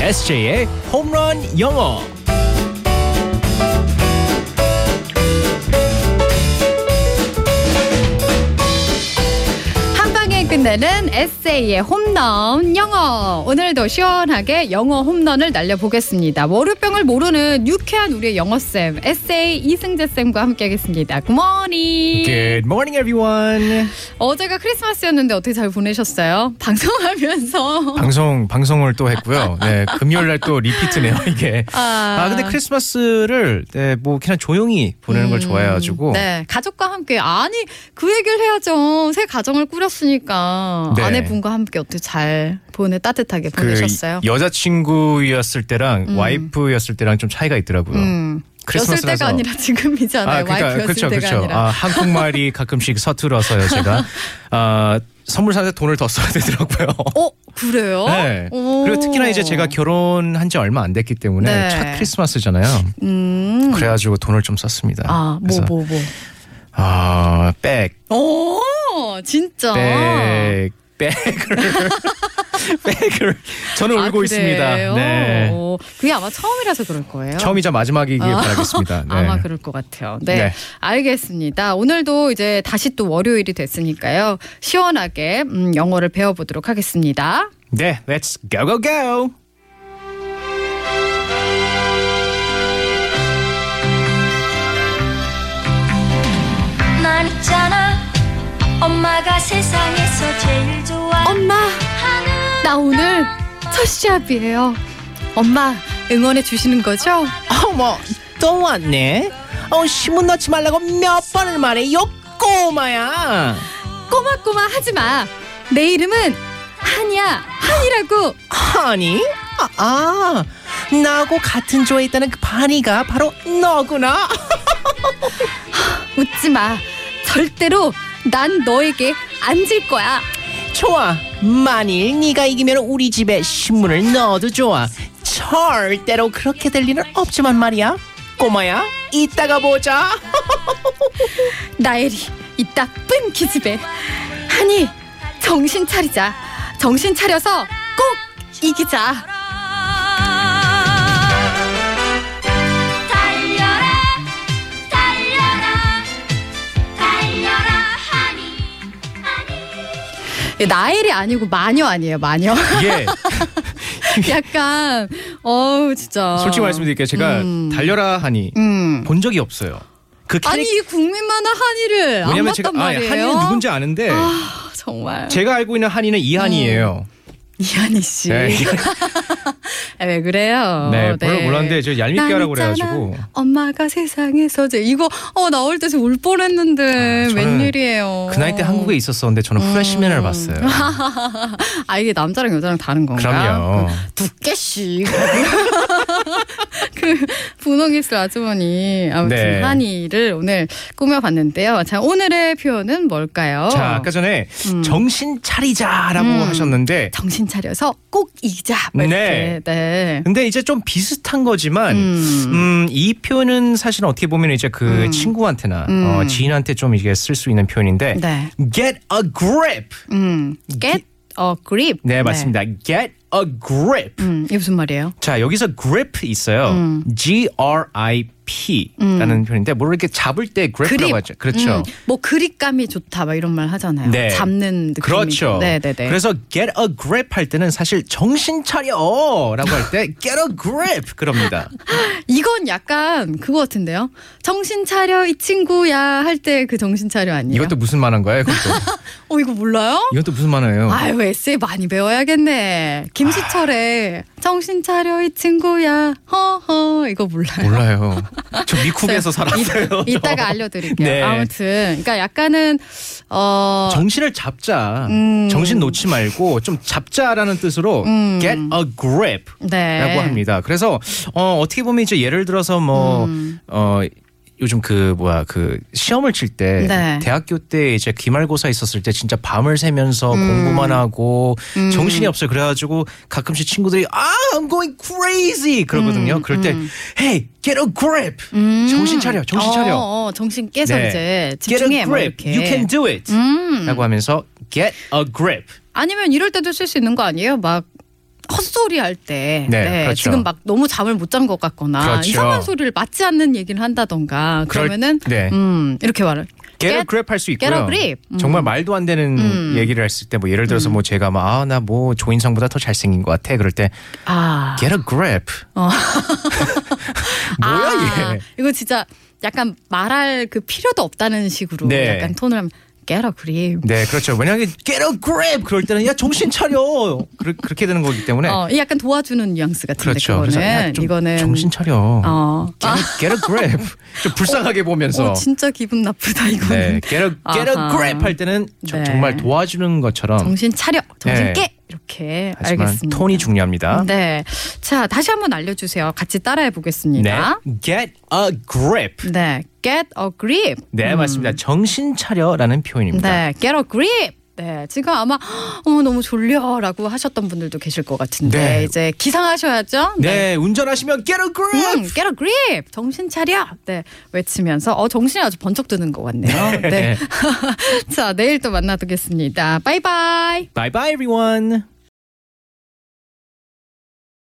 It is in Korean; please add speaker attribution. Speaker 1: SJ의 홈런 영어.
Speaker 2: 한 방에 끝내는 에세이의 홈런 영어. 오늘도 시원하게 영어 홈런을 날려보겠습니다. 월요병을 모르는 유쾌한 우리의 영어쌤, 에세이 이승재 쌤과 함께하겠습니다. 굿모닝.
Speaker 1: Good morning, everyone.
Speaker 2: 어제가 크리스마스였는데 어떻게 잘 보내셨어요? 방송하면서.
Speaker 1: 방송 방송을 또 했고요. 네, 금요일 날 또 리피트네요 이게.
Speaker 2: 아,
Speaker 1: 아 근데 크리스마스를 네, 뭐 그냥 조용히 보내는 걸
Speaker 2: 음,
Speaker 1: 좋아해가지고.
Speaker 2: 네 가족과 함께 아니 그 얘기를 해야죠 새 가정을 꾸렸으니까
Speaker 1: 네.
Speaker 2: 아내분과 함께 어떻게 잘 보내 따뜻하게 보내셨어요?
Speaker 1: 그 여자친구였을 때랑
Speaker 2: 음.
Speaker 1: 와이프였을 때랑 좀 차이가 있더라고요.
Speaker 2: 음. 였을
Speaker 1: 크리스마스라서.
Speaker 2: 때가 아니라 지금이잖아요. 와이프였을
Speaker 1: 그쵸,
Speaker 2: 때가
Speaker 1: 그쵸.
Speaker 2: 아니라.
Speaker 1: 아, 한국말이 가끔씩 서툴어서요, 제가. 아, 선물 사는데 돈을 더 써야 되더라고요.
Speaker 2: 어 그래요?
Speaker 1: 네.
Speaker 2: 오.
Speaker 1: 그리고 특히나 이제 제가 결혼한 지 얼마 안 됐기 때문에
Speaker 2: 네.
Speaker 1: 첫 크리스마스잖아요.
Speaker 2: 음.
Speaker 1: 그래가지고 돈을 좀 썼습니다.
Speaker 2: 아뭐
Speaker 1: 그래서,
Speaker 2: 뭐 뭐,
Speaker 1: 아, 백,
Speaker 2: 오 어, 진짜.
Speaker 1: 백, 백을. 백을. 저는
Speaker 2: 아,
Speaker 1: 울고
Speaker 2: 그래요?
Speaker 1: 있습니다. 네.
Speaker 2: 오, 그게 아마 처음이라서 그럴 거예요.
Speaker 1: 처음이자 마지막이길
Speaker 2: 아.
Speaker 1: 바라겠습니다. 네.
Speaker 2: 아마 그럴 것 같아요. 네,
Speaker 1: 네.
Speaker 2: 알겠습니다. 오늘도 이제 다시 또 월요일이 됐으니까요. 시원하게 음, 영어를 배워보도록 하겠습니다.
Speaker 1: 네, let's go go go.
Speaker 3: 난 있잖아 엄마가 세상에서 제일 좋아
Speaker 2: 엄마,
Speaker 3: 하는
Speaker 2: 나 오늘 첫 시합이에요. 엄마 응원해 주시는 거죠?
Speaker 1: 어머 또 왔네 어 신문 넣지 말라고 몇 번을 말해 요 꼬마야
Speaker 2: 꼬마꼬마 하지 마. 내 이름은 한이야. 한이라고.
Speaker 1: 아니 아, 아 나하고 같은 조에 있다는 그 바니가 바로 너구나
Speaker 2: 웃지 마. 절대로 난 너에게 안 질 거야.
Speaker 1: 좋아 만일 네가 이기면 우리 집에 신문을 넣어도 좋아 절대로 그렇게 될 리는 없지만 말이야 꼬마야 이따가 보자
Speaker 2: 나엘이 이따 쁜 기집애. 하니 정신 차리자. 정신 차려서 꼭 이기자.
Speaker 3: 달려라 달려라 달려라 하니 하니
Speaker 2: 나엘이 아니고 마녀 아니에요 마녀.
Speaker 1: 예
Speaker 2: 약간 어우 진짜.
Speaker 1: 솔직히 말씀드릴게요 제가
Speaker 2: 음.
Speaker 1: 달려라 하니
Speaker 2: 음.
Speaker 1: 본 적이 없어요 그
Speaker 2: 아니 이 국민 만화 한이를 안
Speaker 1: 왜냐면
Speaker 2: 봤단
Speaker 1: 제가 아,
Speaker 2: 말이에요.
Speaker 1: 한이는 누군지 아는데
Speaker 2: 아, 음. 정말.
Speaker 1: 제가 알고 있는 한이는 이한이에요.
Speaker 2: 이한희 씨.
Speaker 1: 네,
Speaker 2: 아, 왜 그래요?
Speaker 1: 네, 별로 몰랐는데 저 얄밉게
Speaker 2: 난
Speaker 1: 하라고
Speaker 2: 있잖아,
Speaker 1: 그래가지고.
Speaker 2: 엄마가 세상에서 제 이거 어 나올 때 지금 울 뻔했는데
Speaker 1: 아, 저는
Speaker 2: 웬일이에요?
Speaker 1: 그 나이 때
Speaker 2: 어.
Speaker 1: 한국에 있었었는데 저는
Speaker 2: 음.
Speaker 1: 프레시맨을 봤어요.
Speaker 2: 아 이게 남자랑 여자랑 다른 건가? 음.
Speaker 1: 그럼요.
Speaker 2: 두께씨 그 분홍입술 아주머니 아무튼
Speaker 1: 네.
Speaker 2: 한이를 오늘 꾸며봤는데요. 자 오늘의 표현은 뭘까요?
Speaker 1: 자, 아까 전에
Speaker 2: 어. 음.
Speaker 1: 정신 차리자라고
Speaker 2: 음.
Speaker 1: 하셨는데,
Speaker 2: 정신 차려서 꼭 이기자. 뭐 이렇게. 네.
Speaker 1: 근데 이제 좀 비슷한 거지만. 음.
Speaker 2: 음.
Speaker 1: 이 표현은 사실 어떻게 보면 이제 그
Speaker 2: 음.
Speaker 1: 친구한테나
Speaker 2: 음.
Speaker 1: 어, 지인한테 좀 이게 쓸 수 있는 표현인데
Speaker 2: 네.
Speaker 1: get a grip.
Speaker 2: 음. Get a grip.
Speaker 1: 네, 맞습니다. get a grip.
Speaker 2: 음, 이게 무슨 말이에요?
Speaker 1: 자 여기서 grip 있어요.
Speaker 2: 음.
Speaker 1: G R I P라는 표현인데 뭐 이렇게 잡을 때 grip라고
Speaker 2: 그립.
Speaker 1: 하죠. 그렇죠.
Speaker 2: 음, 뭐 그립감이 좋다 막 이런 말 하잖아요.
Speaker 1: 네.
Speaker 2: 잡는 느낌.
Speaker 1: 그렇죠.
Speaker 2: 네네네.
Speaker 1: 그래서 get a grip 할 때는 사실 정신 차려라고 할 때 get a grip 그럽니다.
Speaker 2: 이건 약간 그거 같은데요. 정신 차려 이 친구야 할 때 그 정신 차려 아니에요?
Speaker 1: 이것도 무슨 만한 거예요? 이것도
Speaker 2: 어 이거 몰라요?
Speaker 1: 이것도 무슨 만화예요?
Speaker 2: 아유 에세이 많이 배워야겠네. 김수철의
Speaker 1: 아.
Speaker 2: 정신 차려 이 친구야 허허 이거 몰라요.
Speaker 1: 몰라요. 저 미국에서 살았어요. 저.
Speaker 2: 이따가 알려드릴게요.
Speaker 1: 네.
Speaker 2: 아무튼 그러니까 약간은 어
Speaker 1: 정신을 잡자.
Speaker 2: 음.
Speaker 1: 정신 놓지 말고 좀 잡자라는 뜻으로
Speaker 2: 음.
Speaker 1: get a grip
Speaker 2: 네.
Speaker 1: 라고 합니다. 그래서 어, 어떻게 보면 이제 예를 들어서 뭐
Speaker 2: 음.
Speaker 1: 어, 요즘 그 뭐야 그 시험을 칠 때
Speaker 2: 네.
Speaker 1: 대학교 때 이제 기말고사 있었을 때 진짜 밤을 새면서
Speaker 2: 음.
Speaker 1: 공부만 하고 정신이 없어요. 그래가지고 가끔씩 친구들이 아 I'm going crazy 그러거든요.
Speaker 2: 음.
Speaker 1: 그럴 때 Hey get a grip 정신 차려 정신 차려
Speaker 2: 어, 어, 정신 깨서
Speaker 1: 네.
Speaker 2: 이제
Speaker 1: get a
Speaker 2: 집중해 뭐
Speaker 1: grip
Speaker 2: 이렇게. 음.
Speaker 1: you can do it 라고 하면서 get a grip
Speaker 2: 아니면 이럴 때도 쓸 수 있는 거 아니에요? 막 헛소리 할 때
Speaker 1: 네, 그렇죠.
Speaker 2: 지금 막 너무 잠을 못 잔 것 같거나
Speaker 1: 그렇죠.
Speaker 2: 이상한 소리를 맞지 않는 얘기를 한다던가
Speaker 1: 그럴-
Speaker 2: 그러면은
Speaker 1: 네.
Speaker 2: 음 이렇게 말을
Speaker 1: get a
Speaker 2: get-
Speaker 1: grip 할 수 있고요.
Speaker 2: get a grip. 음.
Speaker 1: 정말 말도 안 되는
Speaker 2: 음.
Speaker 1: 얘기를 했을 때 뭐 예를 들어서 뭐 제가 막 아 나 뭐 조인성보다 더 잘생긴 것 같아 그럴 때
Speaker 2: 아
Speaker 1: get a grip. 뭐야
Speaker 2: 아,
Speaker 1: 얘?
Speaker 2: 이거 진짜 약간 말할 그 필요도 없다는 식으로
Speaker 1: 네.
Speaker 2: 약간 톤을 하면 get a grip
Speaker 1: 네 그렇죠. 왜냐하면 get a grip 그럴 때는 야 정신 차려 그렇- 그렇게 되는 거기 때문에
Speaker 2: 어, 이 약간 도와주는 뉘앙스 같은데
Speaker 1: 네. 그렇죠.
Speaker 2: 거는
Speaker 1: 그래서 야, 좀
Speaker 2: 이거는
Speaker 1: 정신 차려.
Speaker 2: 어.
Speaker 1: get, a- get a grip. 좀 불쌍하게 보면서.
Speaker 2: 어, 진짜 기분 나쁘다
Speaker 1: 네,
Speaker 2: 이거는
Speaker 1: get a, get a
Speaker 2: 아하.
Speaker 1: grip 할 때는 저-
Speaker 2: 네.
Speaker 1: 정말 도와주는 것처럼
Speaker 2: 정신 차려 정신
Speaker 1: 네.
Speaker 2: 깨 이렇게
Speaker 1: 하지만
Speaker 2: 알겠습니다
Speaker 1: 톤이 중요합니다.
Speaker 2: 네. 자, 다시 한번 알려주세요. 같이 따라해 보겠습니다.
Speaker 1: 네, get a grip.
Speaker 2: 네. Get a grip.
Speaker 1: 네, 맞습니다. 정신 차려라는 표현입니다.
Speaker 2: 음. 네. Get a grip. 네. 지금 아마, 어, 너무 졸려. 라고 하셨던 분들도 계실 것 같은데.
Speaker 1: 네.
Speaker 2: 이제 기상하셔야죠.
Speaker 1: 네, 운전하시면 get a grip.
Speaker 2: 음, get a grip. 정신 차려. 네. 외치면서, 어, 정신이 아주 번쩍 드는 것 같네요. 네. 자, 내일 또 만나도겠습니다. 바이바이.
Speaker 1: Bye bye everyone.